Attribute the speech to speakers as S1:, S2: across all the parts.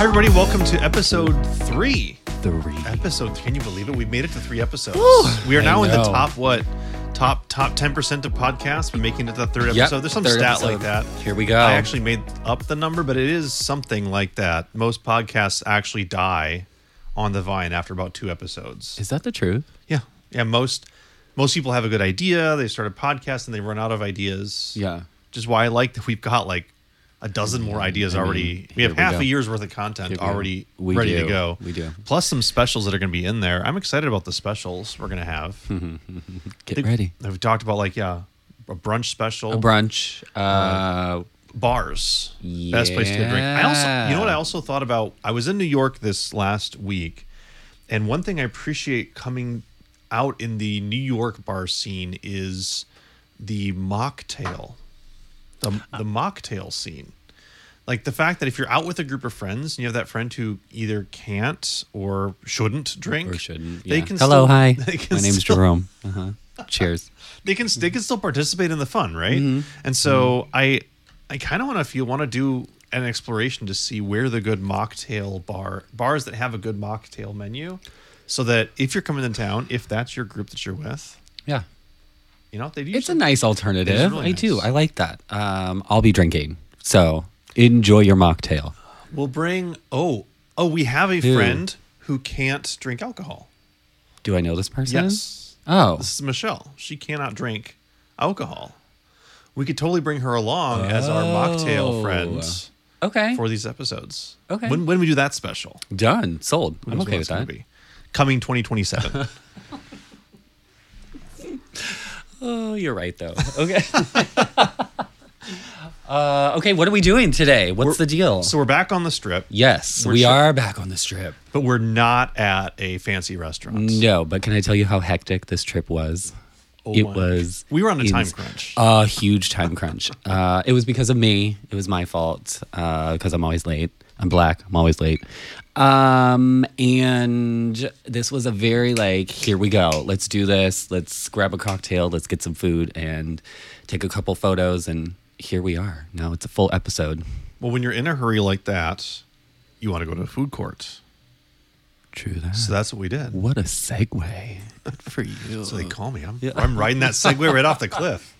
S1: everybody. Welcome to episode three.
S2: Three.
S1: Episode. Can you believe it? We made it to three episodes.
S2: Woo!
S1: we are now
S2: I
S1: in the
S2: know.
S1: top what? Top top ten percent of podcasts. We're making it to the third episode.
S2: Yep,
S1: There's some
S2: third
S1: stat
S2: episode.
S1: like that.
S2: Here we go.
S1: I actually made up the number, but it is something like that. Most podcasts actually die on the vine after about two episodes.
S2: Is that the truth?
S1: Yeah, yeah. Most most people have a good idea. They start a podcast and they run out of ideas.
S2: Yeah.
S1: which is why I like that we've got like a dozen more ideas already. we
S2: here
S1: have
S2: we
S1: half
S2: go.
S1: a year's worth of content
S2: Here we go.
S1: already
S2: We
S1: ready to
S2: do.
S1: go.
S2: We do.
S1: Plus some specials that are going to be in there. I'm excited about the specials we're going to have.
S2: Get
S1: Think-
S2: Hmm. ready.
S1: We've talked about like yeah, a brunch special,
S2: A brunch. Uh,
S1: bars, best place to get a drink. I also, you know what, I also thought about. I was in New York this last week, and one thing I appreciate coming out in the New York bar scene is the mocktail, the the mocktail scene. Like the fact that if you're out with a group of friends and you have that friend who either can't or shouldn't drink,
S2: or shouldn't.
S1: they
S2: yeah.
S1: can
S2: Hello,
S1: still-
S2: hi.
S1: they can
S2: My name's
S1: still-
S2: Jerome. Uh-huh. Cheers.
S1: they can they can still participate in the fun, right? And so I I kind of want to feel want to do an exploration to see where the good mocktail bar bars that have a good mocktail menu, so that if you're coming to town, if that's your group that you're with,
S2: Yeah.
S1: you know they do.
S2: It's a
S1: some-
S2: nice alternative.
S1: really
S2: I do.
S1: nice.
S2: I like that. Um, I'll be drinking. So enjoy your mocktail.
S1: We'll bring oh oh we have a
S2: Who?
S1: friend who can't drink alcohol.
S2: Do I know this person?
S1: Yes,
S2: Oh.
S1: this is Michelle. She cannot drink alcohol. We could totally bring her along as our mocktail
S2: Oh.
S1: friend
S2: Okay.
S1: for these episodes.
S2: Okay.
S1: When when we do that special?
S2: Done. Sold. I'm
S1: That's what
S2: okay with
S1: it's gonna
S2: that.
S1: be. Coming 2027.
S2: Oh, you're right though. Okay. uh, okay, what are we doing today? What's the deal?
S1: so we're back on the strip,
S2: yes,
S1: we're
S2: we
S1: sh-
S2: are back on the strip.
S1: but we're not at a fancy restaurant.
S2: No, but can I tell you how hectic this trip was?
S1: Oh
S2: it
S1: my-
S2: was.
S1: We were on a
S2: it
S1: time
S2: was
S1: crunch.
S2: A huge time crunch. Uh, it was because of me. It was my fault because I'm always late. I'm black. I'm always late. Um, and this was a very like, here we go. Let's do this. Let's grab a cocktail. Let's get some food and take a couple photos. And here we are. Now it's a full episode.
S1: well, when you're in a hurry like that, you want to go to a food court.
S2: True that.
S1: So that's what we did.
S2: what a segue. Good for you.
S1: So they call me. I'm, I'm riding that Segway right off the cliff.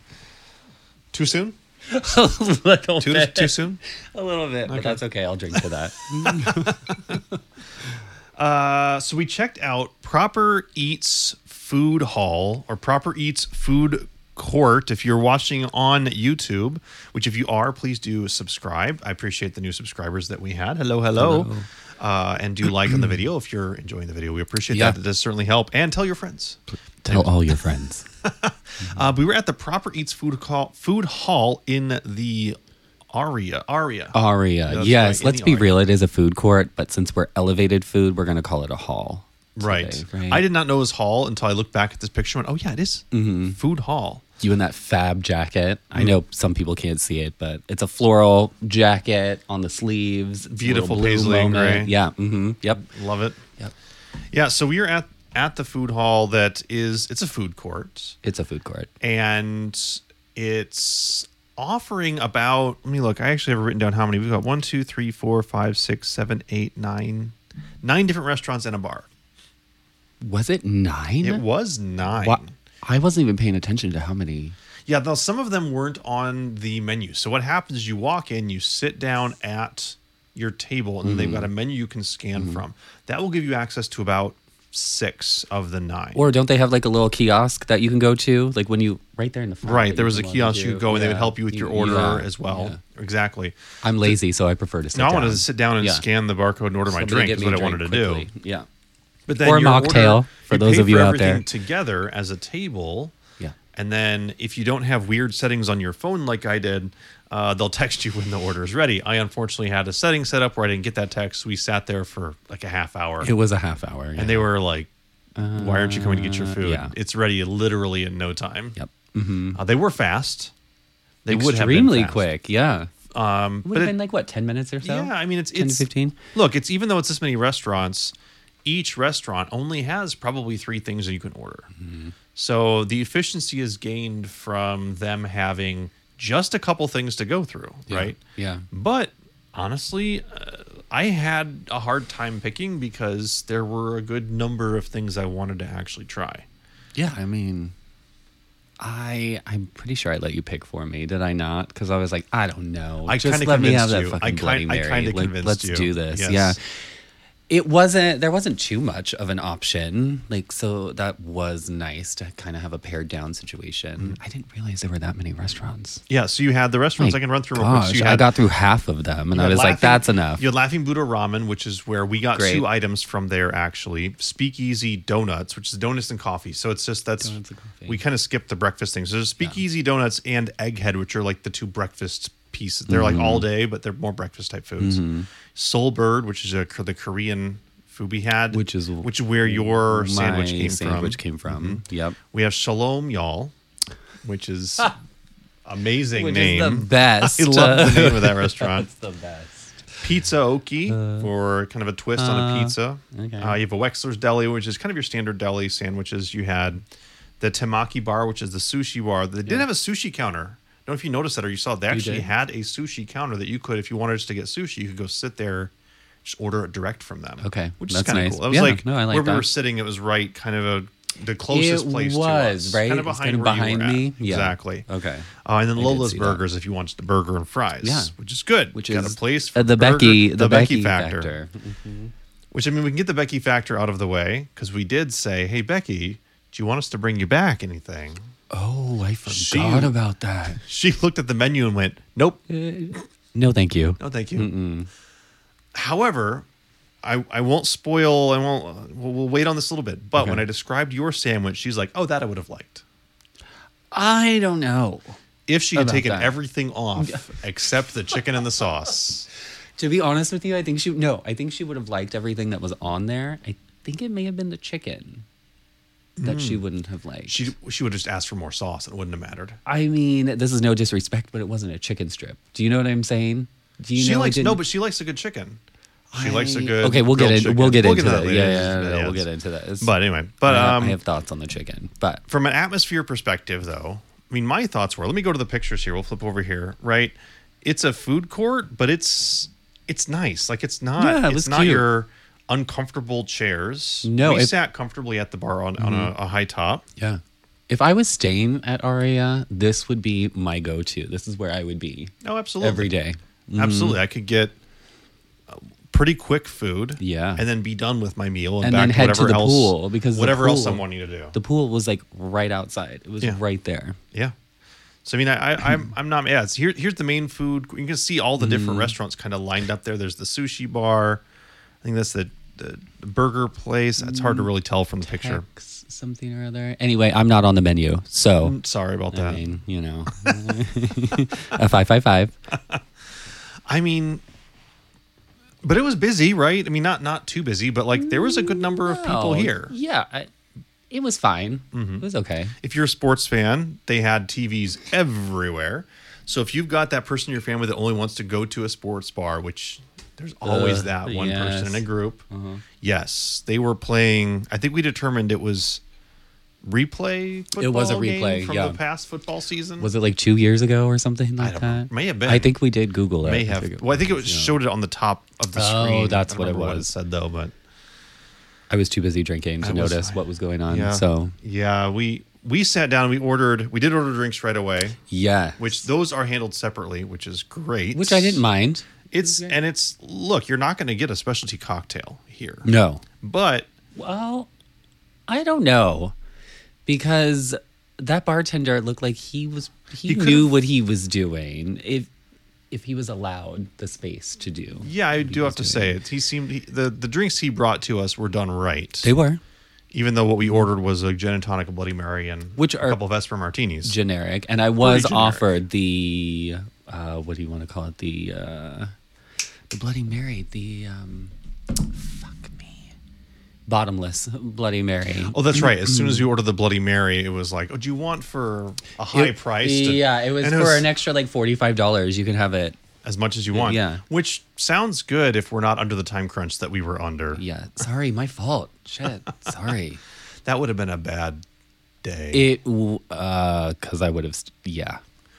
S1: Too soon?
S2: a little
S1: Too,
S2: bit.
S1: too soon?
S2: A little bit, but that's okay. I'll drink to that.
S1: Uh, so we checked out Proper Eats Food Hall or Proper Eats Food Court. If you're watching on YouTube, which if you are, please do subscribe. I appreciate the new subscribers that we had. Hello, hello. Uh, and do like on the video if you're enjoying the video. We appreciate
S2: Yeah.
S1: that. It does certainly help. And tell your friends.
S2: Tell all your friends.
S1: Uh, we were at the Proper Eats Food Hall, food hall in the Aria. Aria.
S2: Aria.
S1: That's right,
S2: yes,
S1: in
S2: let's
S1: the
S2: be
S1: Aria.
S2: real. It is a food court, but since we're elevated food, we're going to call it a hall.
S1: right.
S2: today, right?
S1: I did not know it was hall until I looked back at this picture and went, oh, yeah, it is. Food Hall.
S2: You in that fab jacket.
S1: Mm.
S2: I know some people can't see it, but it's a floral jacket on the sleeves. It's a little
S1: Beautiful
S2: blue
S1: paisley and
S2: moment.
S1: gray.
S2: Yeah. hmm Yep.
S1: Love it.
S2: Yep.
S1: Yeah, so we are at at the food hall that is it's a food court
S2: It's a food court.
S1: and it's offering about let me look, I actually have written down how many. We've got one, two, three, four, five, six, seven, eight, nine, nine different restaurants and a bar.
S2: Was it nine?
S1: It was nine.
S2: Wha- I wasn't even paying attention to how many.
S1: Yeah, though some of them weren't on the menu. So what happens is you walk in, you sit down at your table, and they've got a menu you can scan from. That will give you access to about six of the nine.
S2: Or don't they have like a little kiosk that you can go to? Like when you, right there in the front.
S1: Right.
S2: that
S1: There
S2: you
S1: was a
S2: can log
S1: kiosk you
S2: into.
S1: could go and they would
S2: Yeah.
S1: help you with your
S2: you
S1: order
S2: are.
S1: as well. Exactly.
S2: I'm lazy, so I prefer to sit
S1: Now I
S2: down.
S1: wanted to sit down and
S2: Yeah.
S1: scan the barcode and order my
S2: Somebody
S1: drink
S2: get
S1: is
S2: me
S1: what
S2: a
S1: I wanted to
S2: drink
S1: do.
S2: quickly. Yeah.
S1: But then
S2: Or
S1: your
S2: mocktail,
S1: order-
S2: for
S1: you
S2: those
S1: pay
S2: of you
S1: for
S2: out
S1: everything
S2: there.
S1: Together as a table.
S2: Yeah.
S1: And then if you don't have weird settings on your phone like I did, uh, they'll text you when the order is ready. I unfortunately had a setting set up where I didn't get that text. We sat there for like a half hour.
S2: It was a half hour. yeah.
S1: and they were like, why aren't you coming to get your food?
S2: yeah.
S1: It's ready literally in no time.
S2: Yep.
S1: Uh, they were fast. They would have been
S2: extremely
S1: fast.
S2: quick. Yeah.
S1: Um,
S2: Would
S1: but
S2: have
S1: it-
S2: been like what, ten minutes or so?
S1: Yeah, I mean it's
S2: 10 to
S1: it's
S2: 15?
S1: Look, it's even though it's this many restaurants, each restaurant only has probably three things that you can order.
S2: Mm-hmm.
S1: So the efficiency is gained from them having just a couple things to go through, right?
S2: yeah.
S1: But honestly, uh, I had a hard time picking because there were a good number of things I wanted to actually try.
S2: Yeah, I mean, I I'm pretty sure I let you pick for me, did I not? Because I was like, I don't know.
S1: I
S2: Just
S1: kinda
S2: let me
S1: convinced
S2: have that
S1: you.
S2: fucking
S1: I kin-
S2: Bloody
S1: I
S2: Mary.
S1: kinda
S2: Like,
S1: convinced
S2: let's
S1: you.
S2: do this.
S1: Yes.
S2: Yeah. It wasn't there wasn't too much of an option. Like so that was nice to kind of have a pared down situation.
S1: Mm-hmm.
S2: I didn't realize there were that many restaurants.
S1: Yeah, so you had the restaurants
S2: My
S1: I can run through real quick.
S2: Gosh,
S1: So you
S2: I
S1: had
S2: got through half of them and I was like, that's enough.
S1: You're Laughing Buddha Ramen, which is where we got
S2: Great.
S1: two items from there actually. Speakeasy Donuts, which is donuts and coffee. So it's just that's
S2: Donuts and coffee.
S1: we kind of skipped the breakfast thing. So there's Speakeasy Donuts and Egghead, which are like the two breakfast pieces. They're like
S2: Mm-hmm.
S1: all day, but they're more breakfast type foods. Soul Bird, which is a, the Korean food we had,
S2: Which is
S1: which is where your sandwich
S2: My
S1: came
S2: sandwich
S1: from. Mm-hmm.
S2: came from. Yep.
S1: we have Shalom Y'all, which is amazing
S2: Which
S1: name.
S2: is the best.
S1: I love the name of that restaurant.
S2: It's the best.
S1: Pizza Oki for kind of a twist on a pizza.
S2: Uh, okay.
S1: Uh, you have a Wexler's Deli, which is kind of your standard deli sandwiches. You had the Temaki Bar, which is the sushi bar. They didn't have a sushi counter. I don't know if you noticed that or you saw. They actually
S2: did.
S1: had a sushi counter that you could, if you wanted just to get sushi, you could go sit there, just order it direct from them.
S2: Okay,
S1: which is
S2: that's
S1: kind of
S2: nice.
S1: cool. That was
S2: Yeah,
S1: like,
S2: no, I like
S1: where
S2: that.
S1: we were sitting. It was right, kind of a the closest
S2: It
S1: place to
S2: was,
S1: us,
S2: right?
S1: Kind
S2: It
S1: of
S2: was
S1: behind,
S2: kind of
S1: where you were at.
S2: behind me? Yeah.
S1: Exactly.
S2: Okay.
S1: Uh, and then
S2: did
S1: Lola's
S2: see that.
S1: Burgers, if you want just the burger and fries,
S2: Yeah.
S1: which is good.
S2: Which
S1: Got
S2: is
S1: a place
S2: uh,
S1: for
S2: the
S1: burger-
S2: Becky, the, Becky, factor.
S1: Mm-hmm. Which I mean, we can get the Becky factor out of the way because we did say, "Hey Becky, do you want us to bring you back anything?"
S2: Oh, I forgot
S1: She-
S2: about that.
S1: She looked at the menu and went, "Nope,
S2: No, thank you.
S1: no, thank you." However, I I won't spoil. I won't. We'll, we'll wait on this a little bit. But when I described your sandwich, she's like, "Oh, that I would have liked."
S2: I don't know.
S1: If she had
S2: About
S1: taken
S2: that.
S1: everything off except the chicken and the sauce,
S2: To be honest with you, I think she no, I think she would have liked everything that was on there. I think it may have been the chicken that she wouldn't have liked.
S1: Mm. she she would have just asked for more sauce and it wouldn't have mattered.
S2: I mean, this is no disrespect, but it wasn't a chicken strip. Do you know what I'm saying? Do you
S1: she
S2: know I
S1: likes no,
S2: didn't-
S1: but she likes a good chicken. She
S2: I-
S1: likes a good.
S2: Okay, we'll get
S1: grilled
S2: in.
S1: chicken.
S2: We'll get into
S1: to
S2: that.
S1: later.
S2: Yeah, yeah, yeah,
S1: Yeah,
S2: We'll
S1: it's-
S2: get into that.
S1: But anyway, but
S2: I,
S1: um,
S2: I have thoughts on the chicken, but
S1: from an atmosphere perspective, though, I mean, my thoughts were. Let me go to the pictures here. We'll flip over here. Right, it's a food court, but it's it's nice. Like it's not.
S2: Yeah, it
S1: it's
S2: was
S1: not
S2: cute.
S1: your uncomfortable chairs.
S2: No,
S1: we
S2: it- Mm-hmm.
S1: sat comfortably at the bar on on a, a high top.
S2: yeah. If I was staying at Aria, this would be my go-to. This is where I would be
S1: No, Oh, absolutely.
S2: every day.
S1: Absolutely, I could get uh, pretty quick food.
S2: Yeah.
S1: and then be done with my meal and,
S2: And
S1: back
S2: then
S1: to
S2: head to
S1: whatever
S2: the
S1: else,
S2: pool because the
S1: whatever else I'm
S2: pool-
S1: wanting to do.
S2: The pool was like right outside. It was
S1: Yeah.
S2: right there.
S1: Yeah. So I mean, I, I I'm I'm not yeah. It's here. Here's the main food. You can see all the different
S2: Mm.
S1: restaurants kind of lined up there. There's the sushi bar. I think that's the the, the burger place. It's hard to really tell
S2: Mm.
S1: from the picture.
S2: Hex, something or other. Anyway, I'm not on the menu, so
S1: Sorry about
S2: I
S1: that.
S2: mean, you know, a five five five.
S1: I mean, but it was busy, right? I mean, not not too busy, but like there was a good number of people
S2: Oh,
S1: here. Mm-hmm.
S2: Yeah, I, it was fine. It was okay.
S1: If you're a sports fan, they had TVs everywhere. So if you've got that person in your family that only wants to go to a sports bar, which there's always
S2: Ugh,
S1: that one person in a
S2: yes. Uh-huh.
S1: group, yes, they were playing. I think we determined it was replay. Football
S2: It was a
S1: game
S2: replay,
S1: from
S2: yeah.
S1: the past football season.
S2: Was it like two years ago or something like
S1: don't know.
S2: that?
S1: May have been.
S2: I think we did Google it.
S1: may
S2: I
S1: have.
S2: think it-
S1: Well, I think it was, showed it on the top of the
S2: Oh,
S1: screen.
S2: that's
S1: I don't
S2: what it
S1: remember
S2: was.
S1: said though, but
S2: I was too busy drinking to
S1: was-
S2: notice
S1: I-
S2: what was going on.
S1: yeah,
S2: So
S1: yeah, we we sat down. We ordered. We did order drinks right away,
S2: yeah, which,
S1: which those are handled separately, which is great.
S2: I didn't mind.
S1: It's and it's look, you're not going to get a specialty cocktail here,
S2: No.
S1: but
S2: Well, I don't know because that bartender looked like he was he,
S1: He could've-
S2: knew what he was doing. If if he was allowed the space to do,
S1: yeah, I do have to say it. He seemed he, the the drinks he brought to us were done right,
S2: they were
S1: even though what we ordered was a gin and tonic, a Bloody Mary, and
S2: Which
S1: a
S2: are-
S1: couple of Vesper martinis.
S2: generic, and I was
S1: generic.
S2: offered the uh, what do you want to call it the uh, the Bloody Mary the um, fuck me bottomless Bloody Mary.
S1: Oh, that's right. As soon
S2: Mm-hmm.
S1: as we ordered the Bloody Mary, it was like, "Oh, do you want for a high
S2: It-
S1: price?"
S2: Yeah, it was for an extra like forty five dollars. You can have it.
S1: as much as you want.
S2: yeah.
S1: which sounds good if we're not under the time crunch that we were under.
S2: Yeah, sorry, my fault. Shit, sorry.
S1: That would have been a bad day.
S2: It w- uh, because I would have. St- yeah,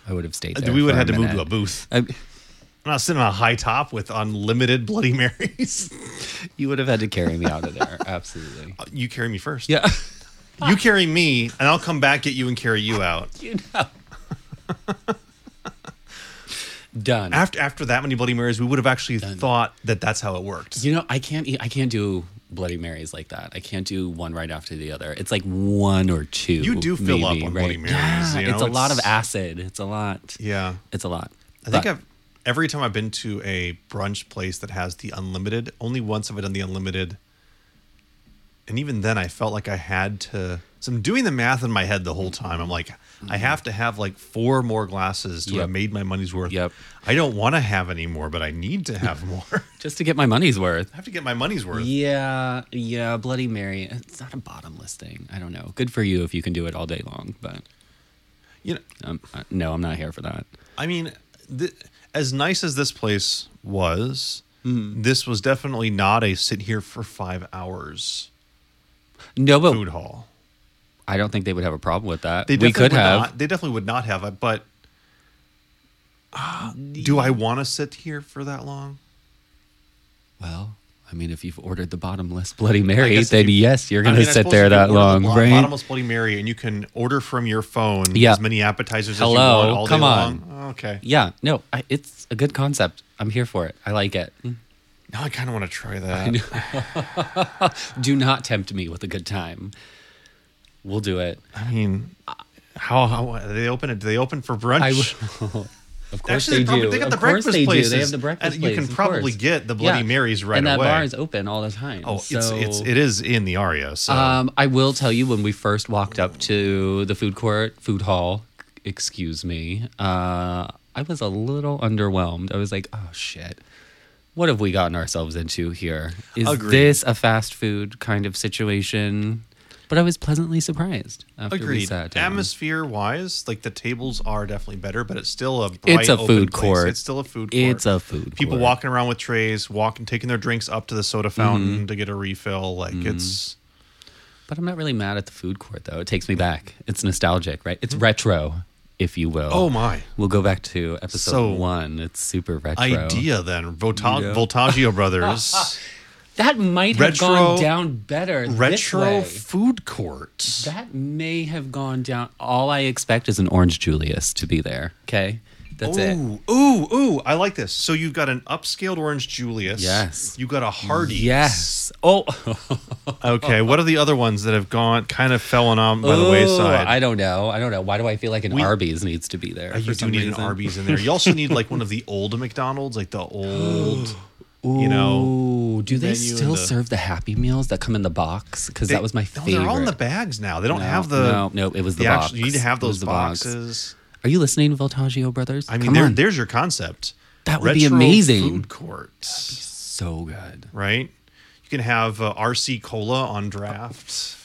S2: I would have stayed. There
S1: we would
S2: for
S1: have
S2: a
S1: had to move to
S2: minute.
S1: a booth.
S2: I,
S1: I'm not sitting on a high top with unlimited Bloody Marys.
S2: You would have had to carry me out of there. Absolutely.
S1: you carry me first.
S2: Yeah.
S1: You carry me, and I'll come back at you and carry you out.
S2: you know. Done.
S1: After after that many Bloody Marys, we would have actually thought that that's how it worked.
S2: You know, I can't eat, I can't do Bloody Marys like that. I can't do one right after the other. It's like one or two.
S1: You do fill up
S2: maybe,
S1: on Bloody
S2: right?
S1: Marys,
S2: Yeah,
S1: you
S2: it's
S1: know,
S2: a lot of
S1: it's-
S2: acid. It's a lot.
S1: Yeah.
S2: It's a lot.
S1: I think
S2: But
S1: I've every time I've been to a brunch place that has the unlimited, only once have I done the unlimited. And even then I felt like I had to so I'm doing the math in my head the whole time. I'm like, I have to have like four more glasses to
S2: Mm-hmm. Yep.
S1: have made my money's worth.
S2: Yep.
S1: I don't want to have any more, but I need to have more. I
S2: just to get my money's worth.
S1: have to get my money's worth.
S2: Yeah, yeah, Bloody Mary. It's not a bottomless thing. I don't know. Good for you if you can do it all day long, but
S1: You know,
S2: um, uh, no, I'm not here for that.
S1: I mean, th- as nice as this place was,
S2: Mm-hmm.
S1: this was definitely not a sit here for five hours
S2: No, but
S1: food hall.
S2: I don't think they would have a problem with that.
S1: They
S2: we
S1: definitely
S2: could
S1: would
S2: have.
S1: Not, they definitely would not have it, but ah, do I want to sit here for that long?
S2: Well, I mean, if you've ordered the bottomless Bloody Mary,
S1: guess if
S2: then
S1: you-
S2: yes, you're
S1: I
S2: going
S1: mean, I
S2: to sit
S1: suppose
S2: there
S1: you can
S2: that
S1: order the
S2: long,
S1: blo-
S2: right?
S1: Bottomless Bloody Mary, and you can order from your phone
S2: Yeah.
S1: as many appetizers as you
S2: Hello,
S1: want all
S2: come
S1: day
S2: on.
S1: long. Okay.
S2: Yeah, no, I, it's a good concept. I'm here for it. I like it.
S1: Mm. Now I kind of want to try that.
S2: Do not tempt me with a good time. We'll do it.
S1: I mean, how, how they open it? Do they open for brunch?
S2: I will. Of course
S1: Actually,
S2: they,
S1: probably-
S2: do.
S1: they got
S2: of
S1: the
S2: course
S1: breakfast
S2: they
S1: places.
S2: do. They have the breakfast
S1: And you can
S2: place, of
S1: probably
S2: course.
S1: get the Bloody Marys right
S2: and that
S1: away.
S2: bar is open all the time.
S1: oh, it's
S2: so-
S1: it's it is in the aria. So
S2: Um, I will tell you when we first walked up to the food court, food hall, excuse me, uh, I was a little underwhelmed. I was like, oh shit, what have we gotten ourselves into here? Is
S1: Agreed.
S2: this a fast food kind of situation? But I was pleasantly surprised after we
S1: Agreed.
S2: sat down.
S1: Atmosphere wise, like the tables are definitely better, but it's still a bright
S2: it's a
S1: open
S2: food
S1: place.
S2: court.
S1: It's still a food court.
S2: It's a food
S1: people
S2: court.
S1: walking around with trays, walking, taking their drinks up to the soda
S2: Mm-hmm.
S1: fountain to get a refill. Like it's
S2: But I'm not really mad at the food court though. It takes me back. It's nostalgic, right? It's retro, if you will.
S1: Mm-hmm. oh my
S2: We'll go back to episode
S1: So-
S2: one. It's super retro.
S1: idea then. Volta-
S2: Yeah.
S1: Voltaggio Brothers
S2: That might have
S1: Retro-
S2: gone down better.
S1: retro
S2: This way.
S1: food court.
S2: That may have gone down. All I expect is an Orange Julius to be there. Okay, that's it.
S1: Ooh, ooh, ooh! I like this. So you've got an upscaled orange Julius.
S2: Yes.
S1: You got a Hardee's.
S2: Yes. Oh,
S1: Okay. What are the other ones that have gone kind of fallen on um, by the
S2: Ooh,
S1: wayside?
S2: I don't know. I don't know. Why do I feel like an Arby's needs to be there?
S1: Uh, you
S2: for
S1: do
S2: some
S1: need an
S2: reason?
S1: Arby's in there. You also need like one of the old McDonald's, like the old, you know.
S2: Ooh, do they
S1: menu and
S2: still
S1: the-
S2: serve the Happy Meals that come in the box? Because
S1: They-
S2: that was my favorite.
S1: No, they're all in the bags now. They don't
S2: No,
S1: have the.
S2: no, no, it was the
S1: actual- you
S2: box.
S1: need to have
S2: It was
S1: those
S2: the box.
S1: boxes.
S2: Are you listening, Voltaggio brothers?
S1: I mean,
S2: Come
S1: there,
S2: on.
S1: there's your concept.
S2: That would be
S1: Retro
S2: amazing.
S1: Food courts,
S2: so good.
S1: right? You can have uh, RC Cola on draft.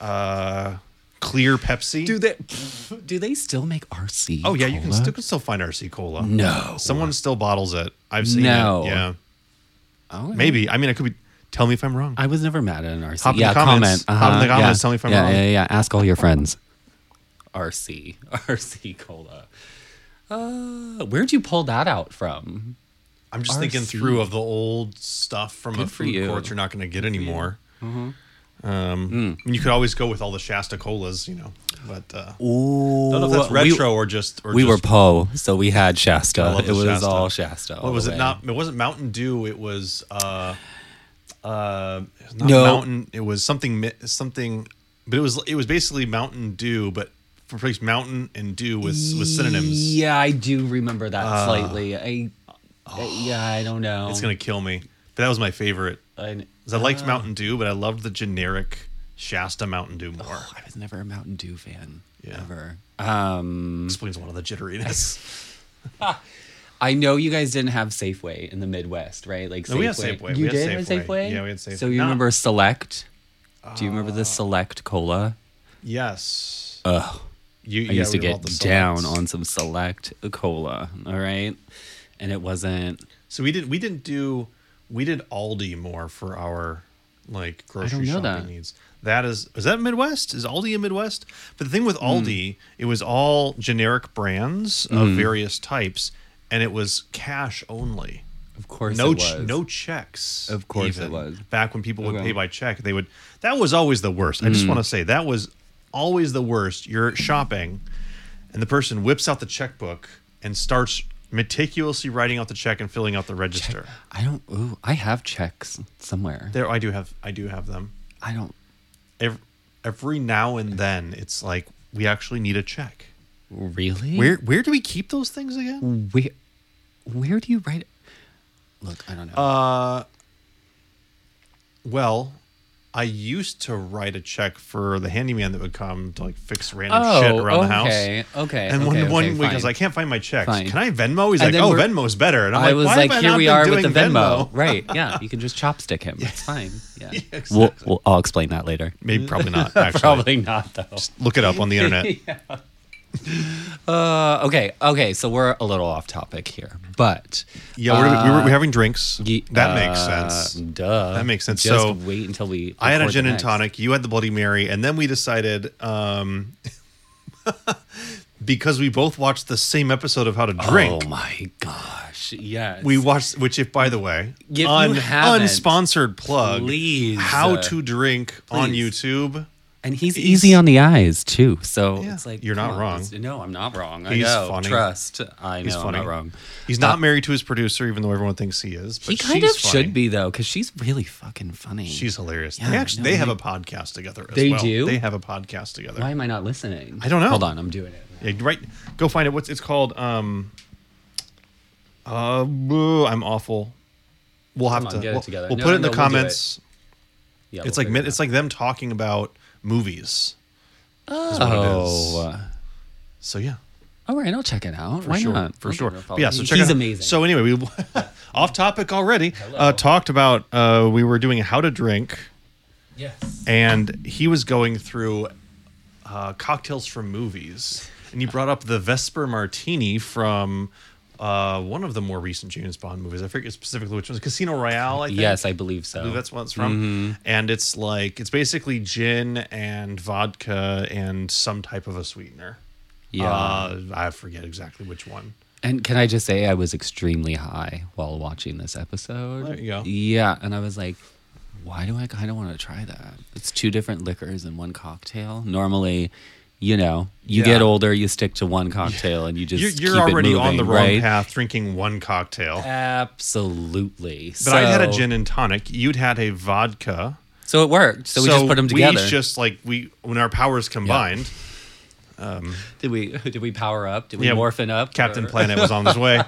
S1: Uh, clear Pepsi.
S2: Do they? Do they still make RC?
S1: oh yeah, you can
S2: Cola?
S1: still, can still find RC Cola.
S2: No.
S1: Someone still bottles it. I've seen
S2: No.
S1: it. Yeah.
S2: Oh,
S1: Maybe. I mean, I could be. Tell me if I'm wrong.
S2: I was never mad at an RC.
S1: Hop in the
S2: yeah,
S1: comments.
S2: comment.
S1: Hop in the
S2: Uh-huh,
S1: comments,
S2: Yeah.
S1: tell me if I'm
S2: yeah,
S1: wrong.
S2: Yeah, yeah, Ask all your friends. RC, RC cola. Uh, where'd you pull that out from?
S1: I'm just thinking
S2: RC.
S1: through of the old stuff from a
S2: Good for
S1: food
S2: you. Mm-hmm. Mm.
S1: court you're not going to get anymore. Um, I mean, you could always go with all the Shasta colas, you know. But uh, I
S2: Ooh,
S1: don't know if that's retro or just. Or
S2: We,
S1: just,
S2: were Poe, so we had Shasta.
S1: love
S2: It
S1: the
S2: was
S1: Shasta.
S2: all Shasta. all
S1: What was
S2: the
S1: it?
S2: way.
S1: Not. It wasn't Mountain Dew. It was. Uh, uh, it was not
S2: No.
S1: Mountain. It was something. mi- Something. But it was. It was basically Mountain Dew, but replaced Mountain and Dew with with synonyms. Uh,
S2: Yeah, I do remember that slightly. I, I- yeah, I don't know.
S1: oh. It's gonna kill me. But that was my favorite.
S2: I,
S1: 'Cause I
S2: Oh.
S1: liked Mountain Dew, but I loved the generic Shasta Mountain Dew more.
S2: I was never a Mountain Dew fan.
S1: Yeah.
S2: Ever. Um.
S1: explains a lot of the jitteriness.
S2: I know you guys didn't have Safeway in the Midwest, right? Like
S1: No, we had Safeway. We
S2: You
S1: had
S2: did have
S1: Safeway.
S2: Safeway.
S1: Yeah, we had Safeway. Uh,
S2: So you
S1: No.
S2: remember Select? Do you remember the Select cola?
S1: yes. Ugh. You,
S2: I used to get down on some Select cola. All right, and it wasn't.
S1: So we did. We didn't do. We did Aldi more for our like grocery shopping
S2: know that.
S1: needs. That is. Is that Midwest? Is Aldi a Midwest?
S2: Hmm. Hmm.
S1: But the thing with Aldi, it was all generic brands of various types. and it was cash only.
S2: Of course,
S1: No,
S2: it
S1: ch-
S2: was.
S1: no checks.
S2: Of course it
S1: even.
S2: was.
S1: Back when people would
S2: Okay. Hmm.
S1: pay by check, they would. That was always the worst. I just want to say that was always the worst. You're shopping, and the person whips out the checkbook and starts meticulously writing out the check and filling out the register.
S2: I don't. Ooh, I have checks somewhere.
S1: There, I do have. I do have them.
S2: I don't.
S1: Every, every now and then, it's like we actually need a check.
S2: Really?
S1: Where where do we keep those things again?
S2: Where? Where do you write? Look, I don't know.
S1: Well, I used to write a check for the handyman that would come to like fix random
S2: Oh,
S1: Uh, shit around the house.
S2: okay, okay,
S1: And one
S2: Eh, okay,
S1: one
S2: okay,
S1: week I was
S2: fine.
S1: like, I can't find my checks.
S2: Fine.
S1: Can I Venmo? He's
S2: And
S1: like,
S2: then
S1: Oh,
S2: we're-
S1: Venmo's better. And I'm
S2: I
S1: like,
S2: was
S1: Why
S2: like,
S1: have I
S2: here
S1: not
S2: we
S1: been
S2: are with
S1: doing
S2: the Venmo. right. Yeah. You can just chopstick him. It's fine. Yeah. we'll, we'll, I'll explain that later.
S1: Maybe probably not. Actually,
S2: Probably not, though.
S1: look it up on the internet.
S2: Uh, okay. Okay. So we're a little off topic here, but
S1: Yeah, we're, we were, we're having drinks. that makes
S2: uh,
S1: sense.
S2: Duh.
S1: That makes sense.
S2: Just
S1: So,
S2: wait until we.
S1: I had a
S2: record the
S1: gin and
S2: next.
S1: tonic. You had the Bloody Mary, and then we decided um, because we both watched the same episode of How to Drink.
S2: Oh my gosh. Yes.
S1: We watched, which, if by the way,
S2: If you
S1: un-
S2: haven't,
S1: unsponsored plug,
S2: please,
S1: how
S2: uh,
S1: to drink on
S2: please.
S1: YouTube.
S2: and he's, easy on the eyes too. So
S1: Yeah,
S2: it's like
S1: you're
S2: come
S1: not
S2: on,
S1: wrong.
S2: it's- No, I'm not wrong. I
S1: He's
S2: know.
S1: funny.
S2: Trust. I know.
S1: He's funny.
S2: I'm not wrong. Uh,
S1: He's not married to his producer, even though everyone thinks he is. But
S2: He kind
S1: she's
S2: of
S1: funny.
S2: should be though, because she's really fucking funny.
S1: She's hilarious.
S2: Yeah,
S1: they actually
S2: no,
S1: they
S2: they-
S1: have a podcast together. As
S2: They
S1: well.
S2: do?
S1: They have a podcast together.
S2: Why am I not listening?
S1: I don't know.
S2: Hold on, I'm doing it.
S1: Yeah, right. Go find it. What's it's called? Um. Uh, boo, I'm awful. We'll have
S2: Come on,
S1: to.
S2: get it
S1: we'll
S2: together.
S1: we'll
S2: No,
S1: put
S2: no,
S1: it in the
S2: no, we'll do it.
S1: comments.
S2: Yeah,
S1: It's like
S2: minutes.
S1: min- it's like them talking about movies. is what it is.
S2: Oh, uh,
S1: So yeah.
S2: all right. I'll check it out.
S1: For
S2: Why
S1: sure,
S2: not?
S1: For
S2: I'll
S1: sure.
S2: give it a follow.
S1: yeah, so check
S2: he's
S1: it out.
S2: amazing.
S1: So anyway, we off topic already. Uh, talked about uh, we were doing how to drink,
S2: yes.
S1: and he was going through uh, cocktails from movies, and you brought up the Vesper Martini from. Uh, one of the more recent James Bond movies. I forget specifically which one's Casino Royale. I think.
S2: Yes, I Mm-hmm. believe so.
S1: I believe that's what it's from. And it's like it's basically gin and vodka and some type of a sweetener.
S2: Yeah.
S1: uh, I forget exactly which one.
S2: And can I just say, I was extremely high while watching this episode.
S1: There you go.
S2: Yeah, and I was like, why do I kind of want to try that? It's two different liquors in one cocktail. Normally, you know, you
S1: Yeah.
S2: get older, you stick to one cocktail, and you just
S1: you're, you're
S2: keep it
S1: already on
S2: moving,
S1: the wrong
S2: right?
S1: path drinking one cocktail.
S2: Absolutely.
S1: But I had a gin and tonic. You'd had a vodka.
S2: So it worked. So, we just put them together.
S1: We just like we when our powers combined.
S2: did we? Did we power up? Did we
S1: Yeah,
S2: morphin up?
S1: Captain
S2: Or-
S1: Planet was on his way.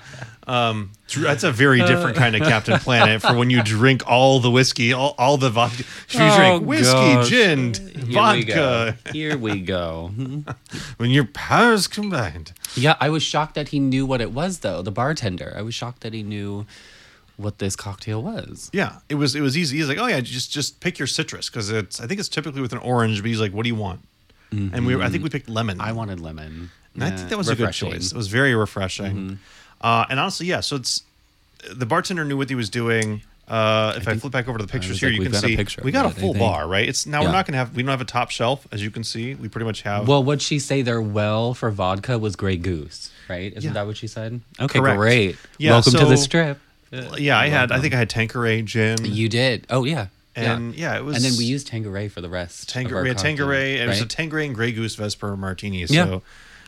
S1: Um, dr- that's a very different kind of Captain Planet for when you drink all the whiskey, all, all the vodka. If you drink
S2: Oh,
S1: whiskey,
S2: gosh.
S1: gin, vodka,
S2: Here we go. Here we go.
S1: when your powers combined.
S2: Yeah, I was shocked that he knew what it was, though. The bartender, I was shocked that he knew what this cocktail was.
S1: Yeah, it was it was easy. He's like, oh yeah, just just pick your citrus because it's I think it's typically with an orange. But he's like, what do you want?
S2: Mm-hmm.
S1: And we were- I think we picked lemon.
S2: I wanted lemon.
S1: And I
S2: Yeah,
S1: think that was
S2: refreshing. Mm-hmm.
S1: a good choice. It was very refreshing. Uh, and honestly, yeah. So it's the bartender knew what he was doing. Uh, if I, flip back over to the pictures
S2: was
S1: here,
S2: like,
S1: you
S2: we've
S1: can
S2: got a
S1: see
S2: picture
S1: we
S2: of
S1: got a
S2: it, I
S1: full
S2: think.
S1: bar, right? It's now
S2: Yeah.
S1: we're not gonna have we don't have a top shelf as you can see. We pretty much have
S2: Well, what she say there well for vodka was Grey Goose, right? Isn't
S1: Yeah.
S2: that what she said? Okay,
S1: Correct.
S2: great.
S1: Yeah,
S2: Welcome to the
S1: so-
S2: strip.
S1: uh, yeah. I had I think I had Tanqueray gin.
S2: You did. Oh yeah.
S1: And, yeah, it was-
S2: And then we used Tangeray for the rest. of
S1: Tanqueray,
S2: our
S1: we had
S2: cocktail,
S1: Tanqueray. It was a
S2: right?
S1: Tanqueray and Grey Goose Vesper Martini. So
S2: Yeah.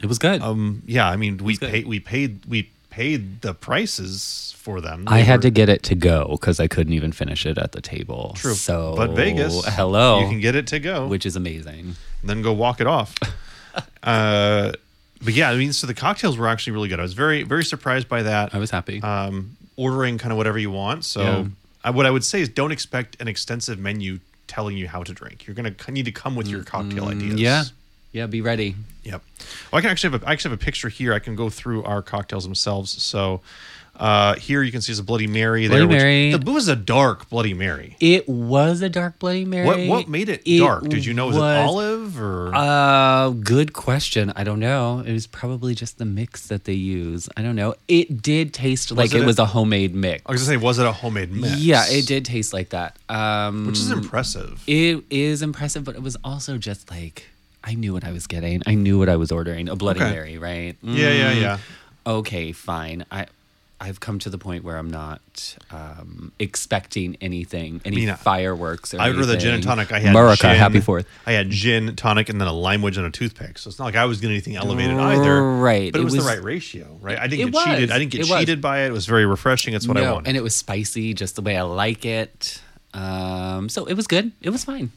S2: it was good.
S1: um, yeah, I mean we
S2: good.
S1: paid we paid we paid the prices for them.
S2: I
S1: They
S2: had
S1: were-
S2: to get it to go because I couldn't even finish it at the table.
S1: True.
S2: So,
S1: but Vegas,
S2: hello,
S1: you can get it to go.
S2: which is amazing.
S1: and then go walk it off. uh, but yeah, I mean, so the cocktails were actually really good. I was very, very surprised by that.
S2: I was happy.
S1: um, ordering kind of whatever you want. So
S2: Yeah.
S1: I, what I would say is don't expect an extensive menu telling you how to drink. You're gonna c- need to come with your cocktail ideas.
S2: Mm, Yeah. Yeah, be ready.
S1: Yep. Well, I can actually have a, I actually have a picture here. I can go through our cocktails themselves. So uh, here you can see is a Bloody Mary.
S2: Bloody
S1: there, which-
S2: Mary.
S1: the it was a dark Bloody Mary.
S2: It was a dark Bloody Mary.
S1: What what made it, dark? Did you know was, it olive or?
S2: Uh, good question. I don't know. It was probably just the mix that they use. I don't know. It did taste like
S1: it
S2: it
S1: a-
S2: was a homemade mix.
S1: I was gonna say, was it a homemade mix?
S2: Yeah, it did taste like that. Um,
S1: which is impressive.
S2: It is impressive, but it was also just like I knew what I was getting. I knew what I was ordering. A Bloody
S1: Okay.
S2: Mary, right?
S1: yeah, yeah,
S2: Mm.
S1: yeah.
S2: Okay, fine. I I've come to the point where I'm not um, expecting anything, any
S1: mean, I-
S2: fireworks. Or
S1: I ordered the gin and
S2: anything.
S1: tonic. I had
S2: America,
S1: gin,
S2: happy Fourth.
S1: I had gin, tonic, and then a lime wedge and a toothpick. So it's not like I was getting anything elevated either.
S2: Right.
S1: But it,
S2: It
S1: was,
S2: was-
S1: the right ratio, right? I didn't
S2: It
S1: get cheated.
S2: was.
S1: I didn't get
S2: It was.
S1: cheated by it. It was very refreshing. It's what I
S2: no,
S1: wanted.
S2: and it was spicy, just the way I like it. Um, so it was good. It was fine.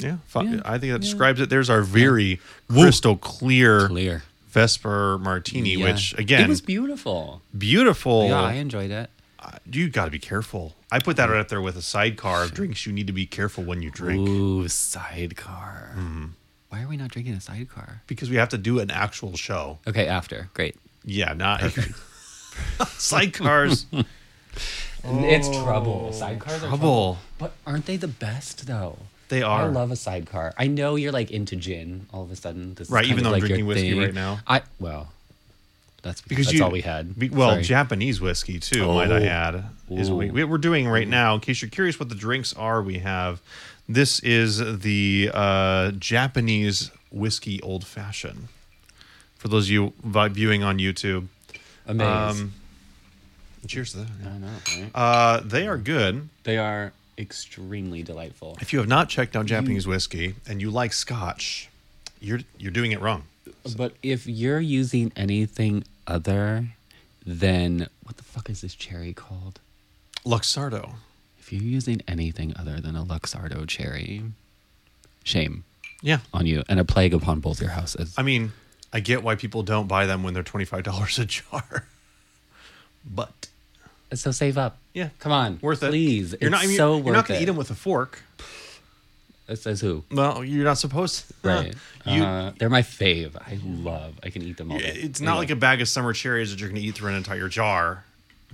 S1: yeah, fine. I think that describes it. There's our very crystal clear,
S2: Clear.
S1: Vesper martini,
S2: Yeah.
S1: which again,
S2: it was beautiful.
S1: beautiful.
S2: Yeah, I enjoyed it.
S1: Uh, You got to be careful. I put that right up there with a sidecar of drinks. You need to be careful when you drink Mm-hmm.
S2: Ooh, sidecar. Why are we not drinking a sidecar?
S1: because we have to do an actual show.
S2: Okay, after. Great.
S1: Yeah, not sidecars.
S2: It's trouble. Sidecars are
S1: Oh, Trouble.
S2: trouble. But aren't they the best though?
S1: They are.
S2: I love a sidecar. I know you're like into gin all of a sudden. This is
S1: Right,
S2: kind
S1: even
S2: of
S1: though I'm
S2: like your
S1: drinking whiskey
S2: thing.
S1: right now.
S2: I well, that's
S1: because
S2: because that's
S1: you,
S2: all we had.
S1: Be, well,
S2: Sorry.
S1: Japanese whiskey too, might I
S2: Oh.
S1: add, is we, we we're doing right now. In case you're curious what the drinks are, we have this is the uh, Japanese whiskey old fashioned. For those of you vi- viewing on YouTube,
S2: Amazed.
S1: um, cheers to that. yeah.
S2: I know, right?
S1: Uh, they are good.
S2: They are extremely delightful.
S1: If you have not checked
S2: Mm-hmm.
S1: out Japanese whiskey and you like Scotch, you're you're doing it wrong.
S2: But if you're using anything other than what the fuck is this cherry called?
S1: Luxardo.
S2: If you're using anything other than a Luxardo cherry, shame
S1: Yeah,
S2: on you and a plague upon both your houses.
S1: I mean, I get why people don't buy them when they're twenty five dollars a jar, but
S2: So save up.
S1: Yeah.
S2: Come on.
S1: worth it.
S2: Please.
S1: you're not.
S2: it's
S1: I mean,
S2: so
S1: you're
S2: worth
S1: not gonna
S2: it.
S1: eat them with a fork.
S2: It says who?
S1: Well, you're not supposed to.
S2: Right.
S1: you.
S2: uh, they're my fave. I love. I can eat them all. day.
S1: It's not like a bag of summer cherries that you're gonna eat through an entire jar,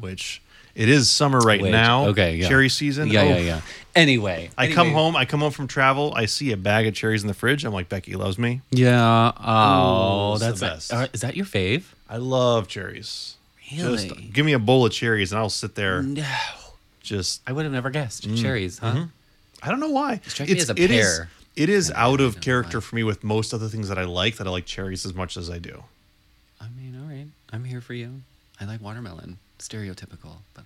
S1: which it is summer right
S2: Which-
S1: now.
S2: Okay. Yeah.
S1: Cherry season.
S2: Yeah, yeah,
S1: Oh,
S2: yeah. Anyway.
S1: I come
S2: anyway.
S1: home. I come home from travel. I see a bag of cherries in the fridge. I'm like, Becky loves me.
S2: Yeah.
S1: Ooh,
S2: Oh,
S1: it's the
S2: that's
S1: best.
S2: best. is that your fave?
S1: I love cherries. Just
S2: Really? Mm.
S1: give me a bowl of cherries and I'll sit there.
S2: No.
S1: Just
S2: I would have never guessed.
S1: Mm.
S2: Cherries, huh?
S1: Mm-hmm. I don't know why.
S2: Strike me as a
S1: it is-
S2: pear.
S1: it is out of character for me with most other things that I like. That I like cherries as much as I do.
S2: I mean, all right. I'm here for you. I like watermelon. Stereotypical, but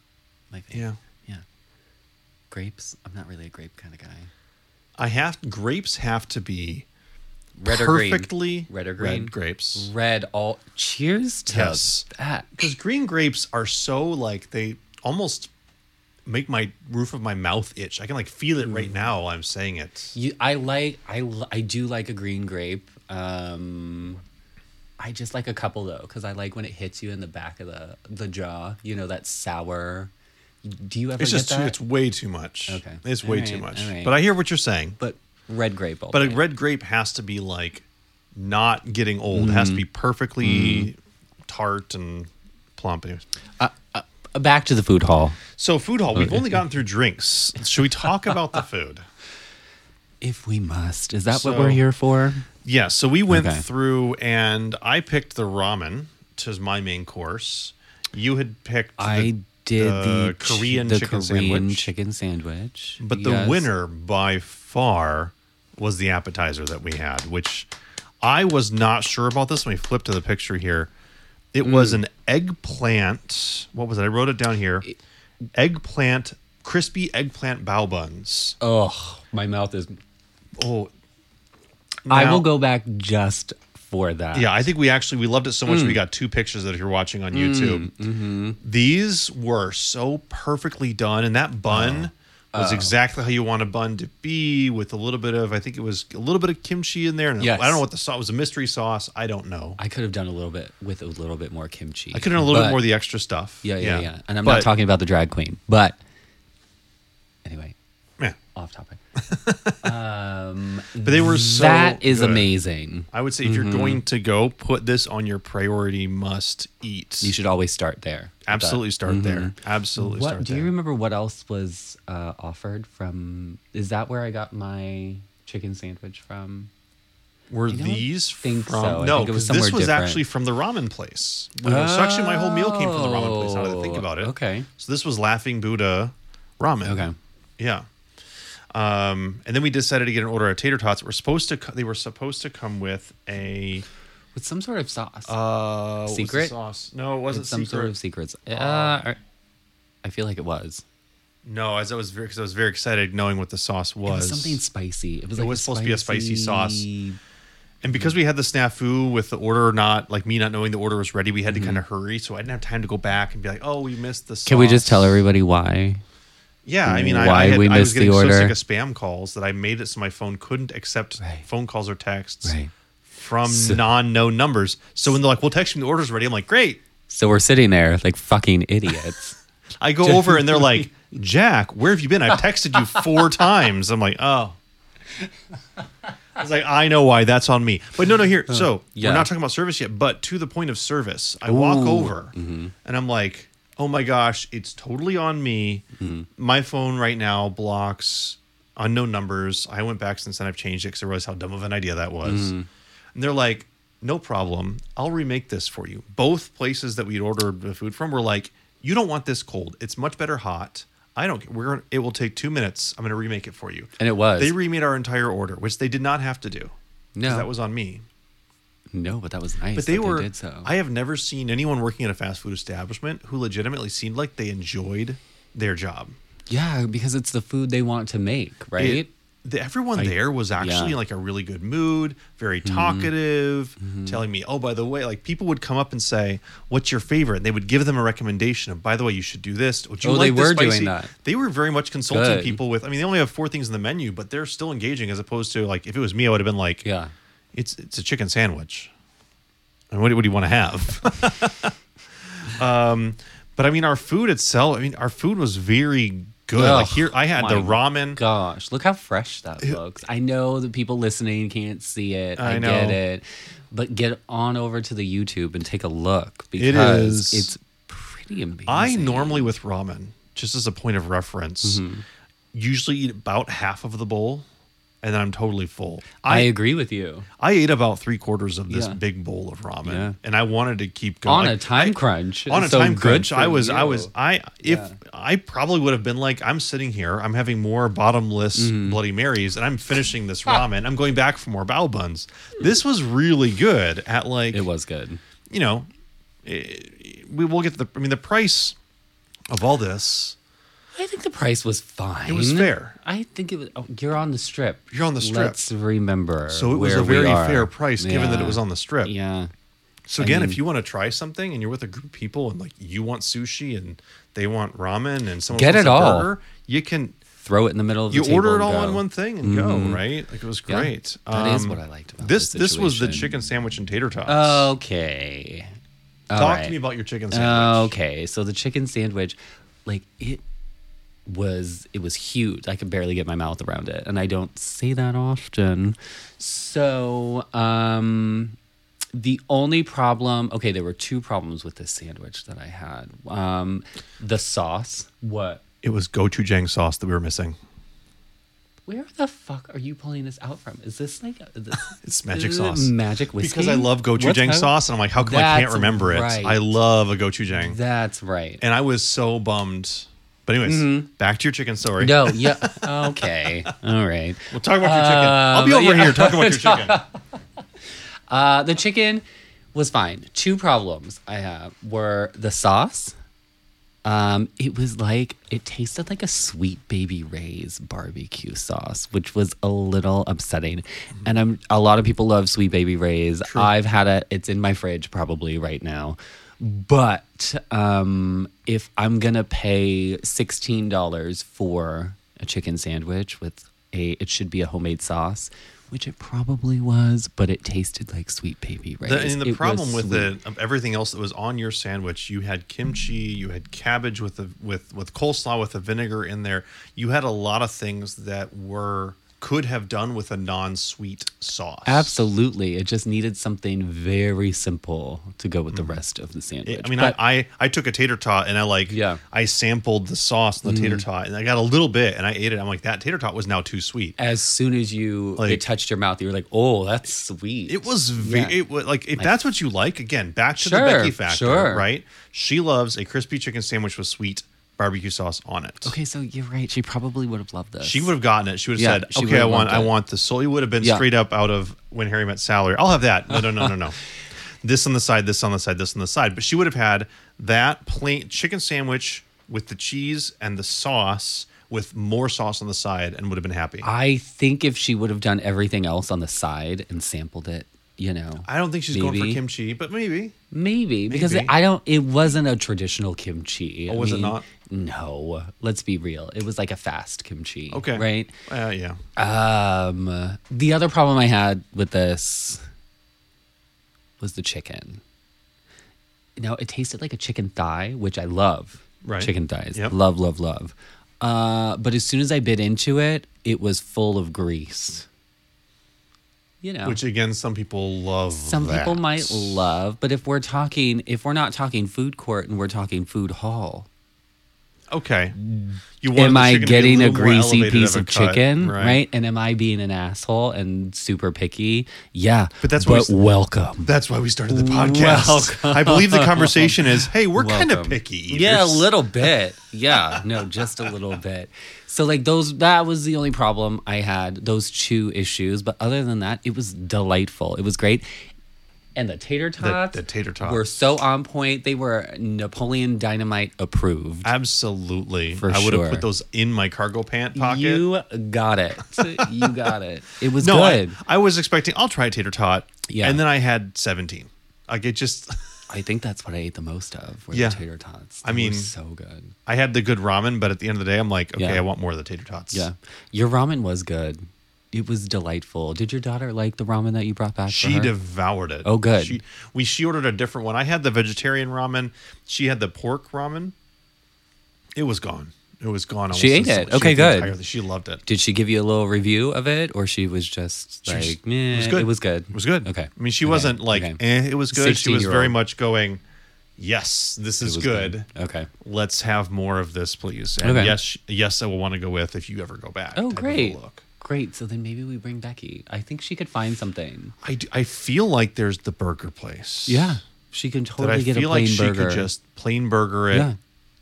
S2: my fave.
S1: Yeah.
S2: Yeah. Grapes. I'm not really a grape kind of guy.
S1: I have grapes have to be
S2: Red or green?
S1: perfectly
S2: Red or green?
S1: red grapes
S2: Red all. Cheers to
S1: Yes.
S2: that.
S1: because green grapes are so like they almost make my roof of my mouth itch. I can like feel it right now while I'm saying it.
S2: Mm. You, I like. I l- I do like a green grape. Um, I just like a couple though, because I like when it hits you in the back of the the jaw. You know that sour. Do you ever
S1: It's
S2: get
S1: just too,
S2: that?
S1: it's way too much.
S2: Okay.
S1: it's
S2: All
S1: way
S2: right,
S1: too much.
S2: all right.
S1: But I hear what you're saying.
S2: but red grape. All
S1: But
S2: day.
S1: a red grape has to be like not getting old. It has to be perfectly Mm-hmm. tart and plump. Anyways.
S2: Uh, back to the food hall.
S1: So food hall. We've only gotten through drinks. Should we talk about the food?
S2: If we must. Is that
S1: So-
S2: what we're here for?
S1: Yeah, so we went
S2: Okay.
S1: through and I picked the ramen as my main course. You had picked the-
S2: I did the, ch-
S1: Korean
S2: the
S1: chicken
S2: Korean
S1: sandwich.
S2: chicken sandwich.
S1: but
S2: Yes.
S1: the winner by far was the appetizer that we had, which I was not sure about this. Let me flip to the picture here. It was
S2: Mm.
S1: an eggplant. What was it? I wrote it down here. Eggplant, crispy eggplant bao buns.
S2: Oh, my mouth is.
S1: Oh,
S2: I
S1: Now-
S2: will go back just for that.
S1: Yeah, I think we actually we loved it so much
S2: Mm.
S1: we got two pictures that if you're watching on YouTube.
S2: mm-hmm.
S1: These were so perfectly done, and that bun
S2: Oh.
S1: was exactly how you want a bun to be, with a little bit of I think it was a little bit of kimchi in there. And
S2: Yes.
S1: I don't know what the sauce it was a mystery sauce. I don't know. I,
S2: I could have done a little bit with a little bit more kimchi. I
S1: could have done a little
S2: but-
S1: bit more of the extra stuff.
S2: Yeah, yeah, yeah. And I'm
S1: But-
S2: not talking about the drag queen, but anyway,
S1: Yeah.
S2: off topic.
S1: But they were so
S2: that is Mm-hmm.
S1: good.
S2: amazing.
S1: I would say if you're going to go, put this on your priority must eat.
S2: You should always start there.
S1: absolutely start there. Absolutely
S2: What
S1: start
S2: do
S1: there.
S2: you remember? What else was uh, offered from? Is that where I got my chicken sandwich from?
S1: Were
S2: don't
S1: these
S2: think
S1: from?
S2: so. I
S1: No,
S2: think it was
S1: 'cause this
S2: somewhere
S1: was
S2: different.
S1: actually from the ramen place. So actually, my whole meal came from the ramen place. Now that I think
S2: Oh,
S1: about it,
S2: okay.
S1: So this was Laughing Buddha ramen.
S2: Okay.
S1: Yeah. Um, and then we decided to get an order of tater tots. We're supposed to. co- They were supposed to come with a
S2: with some sort of sauce.
S1: Uh, what was the
S2: Secret?
S1: sauce? No, it wasn't
S2: With some
S1: secret.
S2: sort of secrets. Uh, or- I feel like it was.
S1: no, as I was very because I was very excited knowing what the sauce
S2: It
S1: was.
S2: was something spicy. It was,
S1: It
S2: like
S1: was supposed to be a spicy sauce.
S2: spicy-
S1: and because we had the snafu with the order not like me not knowing the order was ready, we had to kind of hurry, so I didn't have time to go back and be like, oh, we missed the. Sauce.
S2: Mm-hmm. Can we just tell everybody why?
S1: Yeah, I mean, I,
S2: why
S1: I, had,
S2: we
S1: I was
S2: missed the
S1: getting so sick
S2: order?
S1: of spam calls that I made it so my phone couldn't accept
S2: Right.
S1: phone calls or texts
S2: Right.
S1: from
S2: So-
S1: non-known numbers. So when they're like, "Well, text me the order's ready," I'm like, "Great."
S2: So we're sitting there like fucking idiots.
S1: I go over and they're like, "Jack, where have you been? I've texted you four times." I'm like, "Oh." I was like, "I know why. That's on me." But no, no. Here, so
S2: yeah.
S1: we're not talking about service yet. But to the point of service, I walk over and I'm like, "Oh my gosh, it's totally on me. My phone right now blocks unknown numbers. I went back since then. I've changed it because I realized how dumb of an idea that was." And they're like, no problem. I'll remake this for you. Both places that we'd ordered the food from were like, you don't want this cold. It's much better hot. I don't. We're. gonna- It will take two minutes. I'm going to remake it for you.
S2: And it was.
S1: They remade our entire order, which they did not have to do. 'cause
S2: No.
S1: that was on me.
S2: no, but that was nice.
S1: But they
S2: that
S1: were.
S2: did so.
S1: I have never seen anyone working at a fast food establishment who legitimately seemed like they enjoyed their job.
S2: yeah, because it's the food they want to make, right?
S1: It- the, everyone there was actually in
S2: yeah. Mm-hmm.
S1: like a really good mood, very talkative, telling me, oh, by the way, like people would come up and say, what's your favorite? And they would give them a recommendation of, by the way, you should do this. Would you
S2: Oh,
S1: like
S2: they
S1: this
S2: were doing
S1: spicy?"
S2: that.
S1: They were very much consulting
S2: Good.
S1: people with, I mean, they only have four things in the menu, but they're still engaging as opposed to like, if it was me, I would have been like,
S2: yeah.
S1: it's, it's a chicken sandwich. And what, do- what do you want to have? um, but I mean, our food itself, I mean, our food was very good. like
S2: Ugh,
S1: here, I had the
S2: my
S1: ramen.
S2: Gosh, look how fresh that looks. I know the people listening can't see it.
S1: I
S2: I,
S1: know.
S2: get it. But get on over to the YouTube and take a look because
S1: is-
S2: it's pretty amazing. Mm-hmm.
S1: I normally with ramen, just as a point of reference, usually eat about half of the bowl, and then I'm totally full.
S2: I
S1: I
S2: agree with you.
S1: I ate about three quarters of this
S2: Yeah.
S1: big bowl of ramen,
S2: Yeah.
S1: and I wanted to keep going.
S2: On a
S1: Like,
S2: time
S1: I-
S2: crunch.
S1: on a
S2: so
S1: time
S2: good
S1: crunch, I
S2: for
S1: was, I
S2: you.
S1: was, I if
S2: Yeah.
S1: I probably would have been like, I'm sitting here, I'm having more bottomless
S2: Mm-hmm.
S1: Bloody Marys, and I'm finishing this ramen. I'm going back for more bao buns. This was really good at like
S2: It was good.
S1: you know, eh, we will get the. I mean, the price of all this.
S2: I think the price was fine.
S1: It was fair.
S2: I think it was. Oh, you're on the strip.
S1: You're on the strip.
S2: Let's remember.
S1: So it was
S2: where
S1: a
S2: we
S1: very
S2: are.
S1: fair price given that it
S2: Yeah.
S1: was on the strip.
S2: Yeah.
S1: So again, if you want to try something and you're with a group of people and like you want sushi and they want ramen and someone
S2: Get
S1: wants
S2: it
S1: a
S2: all.
S1: burger, you can
S2: Throw it in the middle of the
S1: you
S2: table
S1: order it
S2: and
S1: all
S2: go. Mm-hmm.
S1: on one thing and go right. Like it was
S2: Yeah.
S1: great. Um,
S2: That is what I liked about
S1: this.
S2: the
S1: This was the
S2: situation. Oh,
S1: chicken sandwich and tater tots.
S2: Okay. All
S1: Talk
S2: right.
S1: to me about your chicken sandwich.
S2: Okay, so the chicken sandwich, like it was it was huge. I could barely get my mouth around it, and I don't say that often. So, um the only problem, okay, there were two problems with this sandwich that I had. Um the sauce. What?
S1: It was gochujang sauce that we were missing.
S2: Where the fuck are you pulling this out from? Is this like this,
S1: It's magic
S2: is it
S1: sauce.
S2: Magic whiskey.
S1: Because I love gochujang
S2: What's-
S1: sauce, and I'm like, how come I can't
S2: That's
S1: remember it?
S2: right.
S1: I love a gochujang,
S2: That's right.
S1: and I was so bummed. But anyways, back to your chicken story.
S2: Mm-hmm. No, yeah. Okay. All right.
S1: We'll talk about your chicken. I'll be
S2: Um,
S1: over
S2: yeah.
S1: here talking about your chicken.
S2: Uh, the chicken was fine. Two problems I have were the sauce. Um, it was like it tasted like a sweet baby Ray's barbecue sauce, which was a little upsetting.
S1: Mm-hmm.
S2: And I'm a lot of people love sweet baby Ray's. I've had it; it's in my fridge probably right now. But um, if I'm gonna pay sixteen dollars for a chicken sandwich with a, it should be a homemade sauce, which it probably was, but it tasted like sweet baby Ray's.
S1: The, and the
S2: It was
S1: problem with
S2: sweet.
S1: it, of everything else that was on your sandwich, you had kimchi, you had cabbage with the with with coleslaw with the vinegar in there. You had a lot of things that were could have done with a non-sweet sauce.
S2: Absolutely. It just needed something very simple to go with the rest of the sandwich.
S1: Mm-hmm. I mean,
S2: But-
S1: I, I I took a tater tot and I like
S2: Yeah. Mm-hmm.
S1: I sampled the sauce and the tater tot and I got a little bit and I ate it. I'm like that tater tot was now too sweet.
S2: as soon as you
S1: Like-
S2: it touched your mouth, you were like, "Oh, that's sweet."
S1: It was ve-
S2: Yeah.
S1: it was like if that's what you like again back to
S2: Sure,
S1: the Becky factor,
S2: sure.
S1: right? She loves a crispy chicken sandwich with sweet barbecue sauce on it.
S2: okay. So you're right. She probably would have loved this.
S1: She would have gotten it. She would have
S2: Yeah, she
S1: said,
S2: would
S1: "Okay, I
S2: have
S1: want, I
S2: loved it.
S1: want the soul." You would have been
S2: Yeah.
S1: straight up out of when Harry met Sally. I'll have that. No, no, no, no, no. this on the side, this on the side, this on the side. But she would have had that plain chicken sandwich with the cheese and the sauce with more sauce on the side and would have been happy.
S2: I think if she would have done everything else on the side and sampled it, you know,
S1: I don't think she's going for
S2: Maybe.
S1: kimchi, but maybe.
S2: maybe because
S1: Maybe.
S2: I don't. It wasn't a traditional kimchi.
S1: Oh,
S2: I
S1: was it not?
S2: No. Let's be real. It was like a fast kimchi.
S1: Okay.
S2: Right.
S1: Uh, yeah.
S2: Um, the other problem I had with this was the chicken. Now it tasted like a chicken thigh, which I love.
S1: Right.
S2: Chicken thighs.
S1: Yep.
S2: Love, love, love. Uh, but as soon as I bit into it, it was full of grease. You know,
S1: Which again, some people love.
S2: some people
S1: that.
S2: might love, but if we're talking, if we're not talking food court and we're talking food hall,
S1: Okay. You wanted
S2: am
S1: the
S2: I
S1: chicken to be
S2: getting a
S1: little more
S2: greasy
S1: elevated
S2: piece
S1: a
S2: of
S1: cut,
S2: chicken, right. And am I being an asshole and super picky? Yeah,
S1: But that's what
S2: but
S1: we-
S2: welcome.
S1: That's why we started the podcast.
S2: Welcome.
S1: I believe the conversation is, hey, we're kind of
S2: Welcome.
S1: picky eaters.
S2: Yeah, a little bit. Yeah, no, just a little bit. So like those, that was the only problem I had. Those two issues, but other than that, it was delightful. It was great. And the tater tots,
S1: the tater tots.
S2: were so on point. They were Napoleon Dynamite approved.
S1: Absolutely.
S2: For
S1: I would have
S2: sure.
S1: put those in my cargo pant pocket.
S2: You got it. You got it. It was
S1: no, I,
S2: good.
S1: I was expecting, I'll try a tater tot.
S2: Yeah.
S1: And then I had 17. Like it just,
S2: I think that's what I ate the most of. Were
S1: Yeah.
S2: the tater tots.
S1: I
S2: They were
S1: mean-
S2: so good.
S1: I had the good ramen, but at the end of the day, I'm like, okay,
S2: Yeah.
S1: I want more of the tater tots.
S2: Yeah, your ramen was good. It was delightful. Did your daughter like the ramen that you brought back? for
S1: She
S2: her?
S1: devoured it.
S2: Uh-huh. Oh, good.
S1: She, we she ordered a different one. I had the vegetarian ramen. She had the pork ramen. It was gone. It was gone. almost
S2: She ate it.
S1: instantly.
S2: Okay,
S1: ate the
S2: good.
S1: entire- she loved it.
S2: Did she give you a little review of it, or she was just
S1: She
S2: like,
S1: was-
S2: "Meh,
S1: it was good.
S2: It was good.
S1: It was good.
S2: Okay.
S1: I mean, she wasn't like,
S2: okay.
S1: eh, it was good. She was
S2: 16-year-old.
S1: very much going, yes, this is
S2: was
S1: good.
S2: Okay.
S1: Let's have more of this, please. And
S2: Okay.
S1: yes, yes, I will want to go with if you ever go back.
S2: Oh,
S1: type of a
S2: great.
S1: Look.
S2: Great. So then maybe we bring Becky. I think she could find something.
S1: I, do- I feel like there's the burger place.
S2: Yeah, she can
S1: That I
S2: totally get a
S1: feel
S2: plain
S1: like she
S2: burger.
S1: could just plain burger it.
S2: yeah,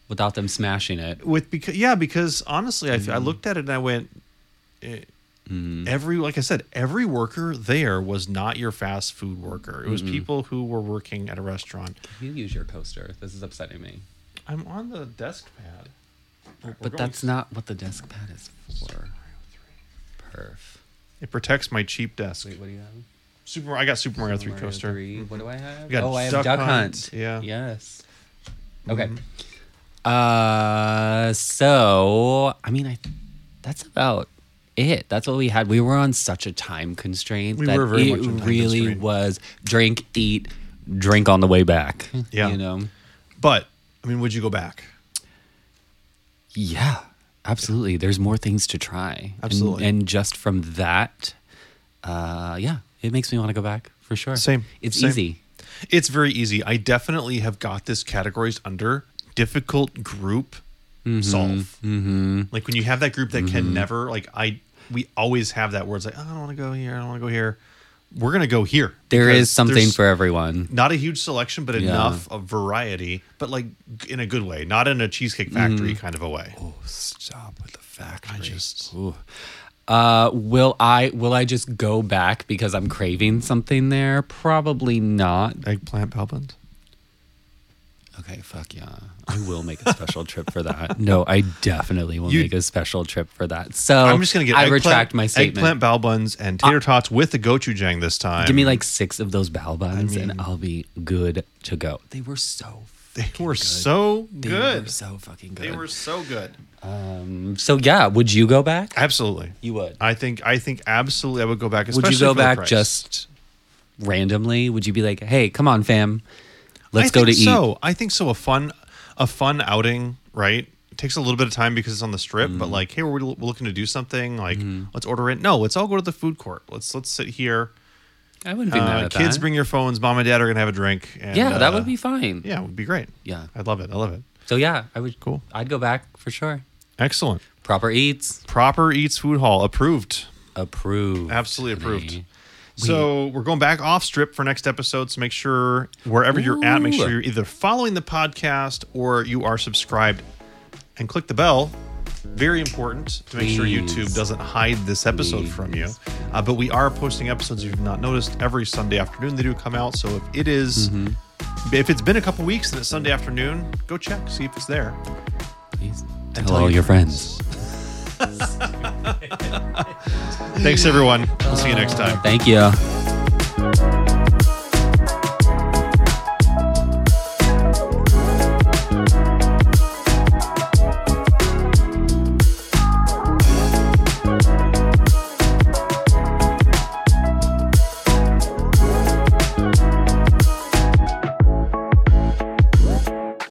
S2: without them smashing it.
S1: with because yeah because honestly I, f-
S2: Mm.
S1: I looked at it and i went eh, every like i said every worker there was not your fast food worker it was people who were working at a restaurant
S2: You use your coaster. This is upsetting me.
S1: i'm on the desk pad We're
S2: But
S1: going-
S2: that's not what the desk pad is for. Perf.
S1: it protects my cheap desk
S2: Wait, what do you have?
S1: super i got super mario 3
S2: Mario
S1: coaster Mm-hmm.
S2: three. What do I have?
S1: got
S2: oh, I have
S1: Duck
S2: Duck,
S1: Hunt.
S2: Hunt.
S1: Yeah. Mm-hmm.
S2: Yes. Okay. Uh, so I mean, I that's about it. That's what we had. We were on such a time constraint
S1: We
S2: that
S1: were very
S2: it
S1: much on time
S2: really
S1: constraint.
S2: was drink, eat, drink on the way back.
S1: Yeah.
S2: You know.
S1: but i mean would you go back
S2: Yeah, absolutely. There's more things to try. And-
S1: Absolutely.
S2: And, just from that, uh, yeah, it makes me want to go back for sure.
S1: Same,
S2: It's
S1: same.
S2: easy.
S1: it's very easy i definitely have got this categories under difficult group
S2: Mm-hmm,
S1: solve like when you have that group that can never like i we always have that where it's like oh, i don't want to go here i don't want to go here we're gonna go here
S2: There
S1: because
S2: is something
S1: there's
S2: for everyone.
S1: not a huge selection but enough of variety but like in a good way not in a cheesecake factory kind of a way
S2: Oh, stop with the fact.
S1: i just
S2: Uh, will I? Will I just go back because I'm craving something there? Probably not.
S1: eggplant palpins
S2: Okay, fuck yeah. I will make a special trip for that. No, I definitely will
S1: You-
S2: make a special trip for that. So
S1: i'm just gonna get
S2: Oh, I
S1: eggplant-
S2: retract my statement. Uh,
S1: eggplant palpins and tater tots with the gochujang this time
S2: Give me like six of those bao buns and I'll be good to go. They were so
S1: they
S2: fucking
S1: were
S2: good.
S1: so
S2: They
S1: good
S2: were so fucking good.
S1: They were so good.
S2: Um, so yeah, would you go back?
S1: Absolutely.
S2: You would.
S1: I think I think absolutely I would go back
S2: Would
S1: especially
S2: you go
S1: for the
S2: back
S1: price.
S2: just randomly? Would you be like, "Hey, come on, fam. Let's
S1: I
S2: go to
S1: think
S2: eat."
S1: So, I think so a fun a fun outing, right? It takes a little bit of time because it's on the strip,
S2: Mm.
S1: but like, hey, we're, we're looking to do something, like
S2: Mm-hmm.
S1: let's order it. No, let's all go to the food court. Let's let's sit here.
S2: I wouldn't be mad
S1: Uh,
S2: at
S1: kids
S2: that.
S1: bring your phones, mom and dad are going to have a drink and,
S2: Yeah, that
S1: uh,
S2: would be fine.
S1: Yeah, it would be great.
S2: Yeah.
S1: I love it. I love it.
S2: So yeah, I would
S1: Cool.
S2: I'd go back for sure.
S1: Excellent.
S2: Proper eats
S1: Proper Eats Food Hall approved.
S2: approved.
S1: Absolutely approved.
S2: honey.
S1: So we're going back off strip for next episode. So make sure wherever you're at, make
S2: Ooh.
S1: sure you're either following the podcast or you are subscribed and click the bell Very important to make sure
S2: Please.
S1: YouTube doesn't hide this episode from you. Uh, but we are posting episodes if you've not noticed every Sunday afternoon. They do come out. So if it is-
S2: Mm-hmm.
S1: if it's been a couple weeks and it's Sunday afternoon, go check, see if it's there.
S2: Please
S1: And
S2: tell all your friends.
S1: Thanks, everyone. We'll see you next time.
S2: Thank you.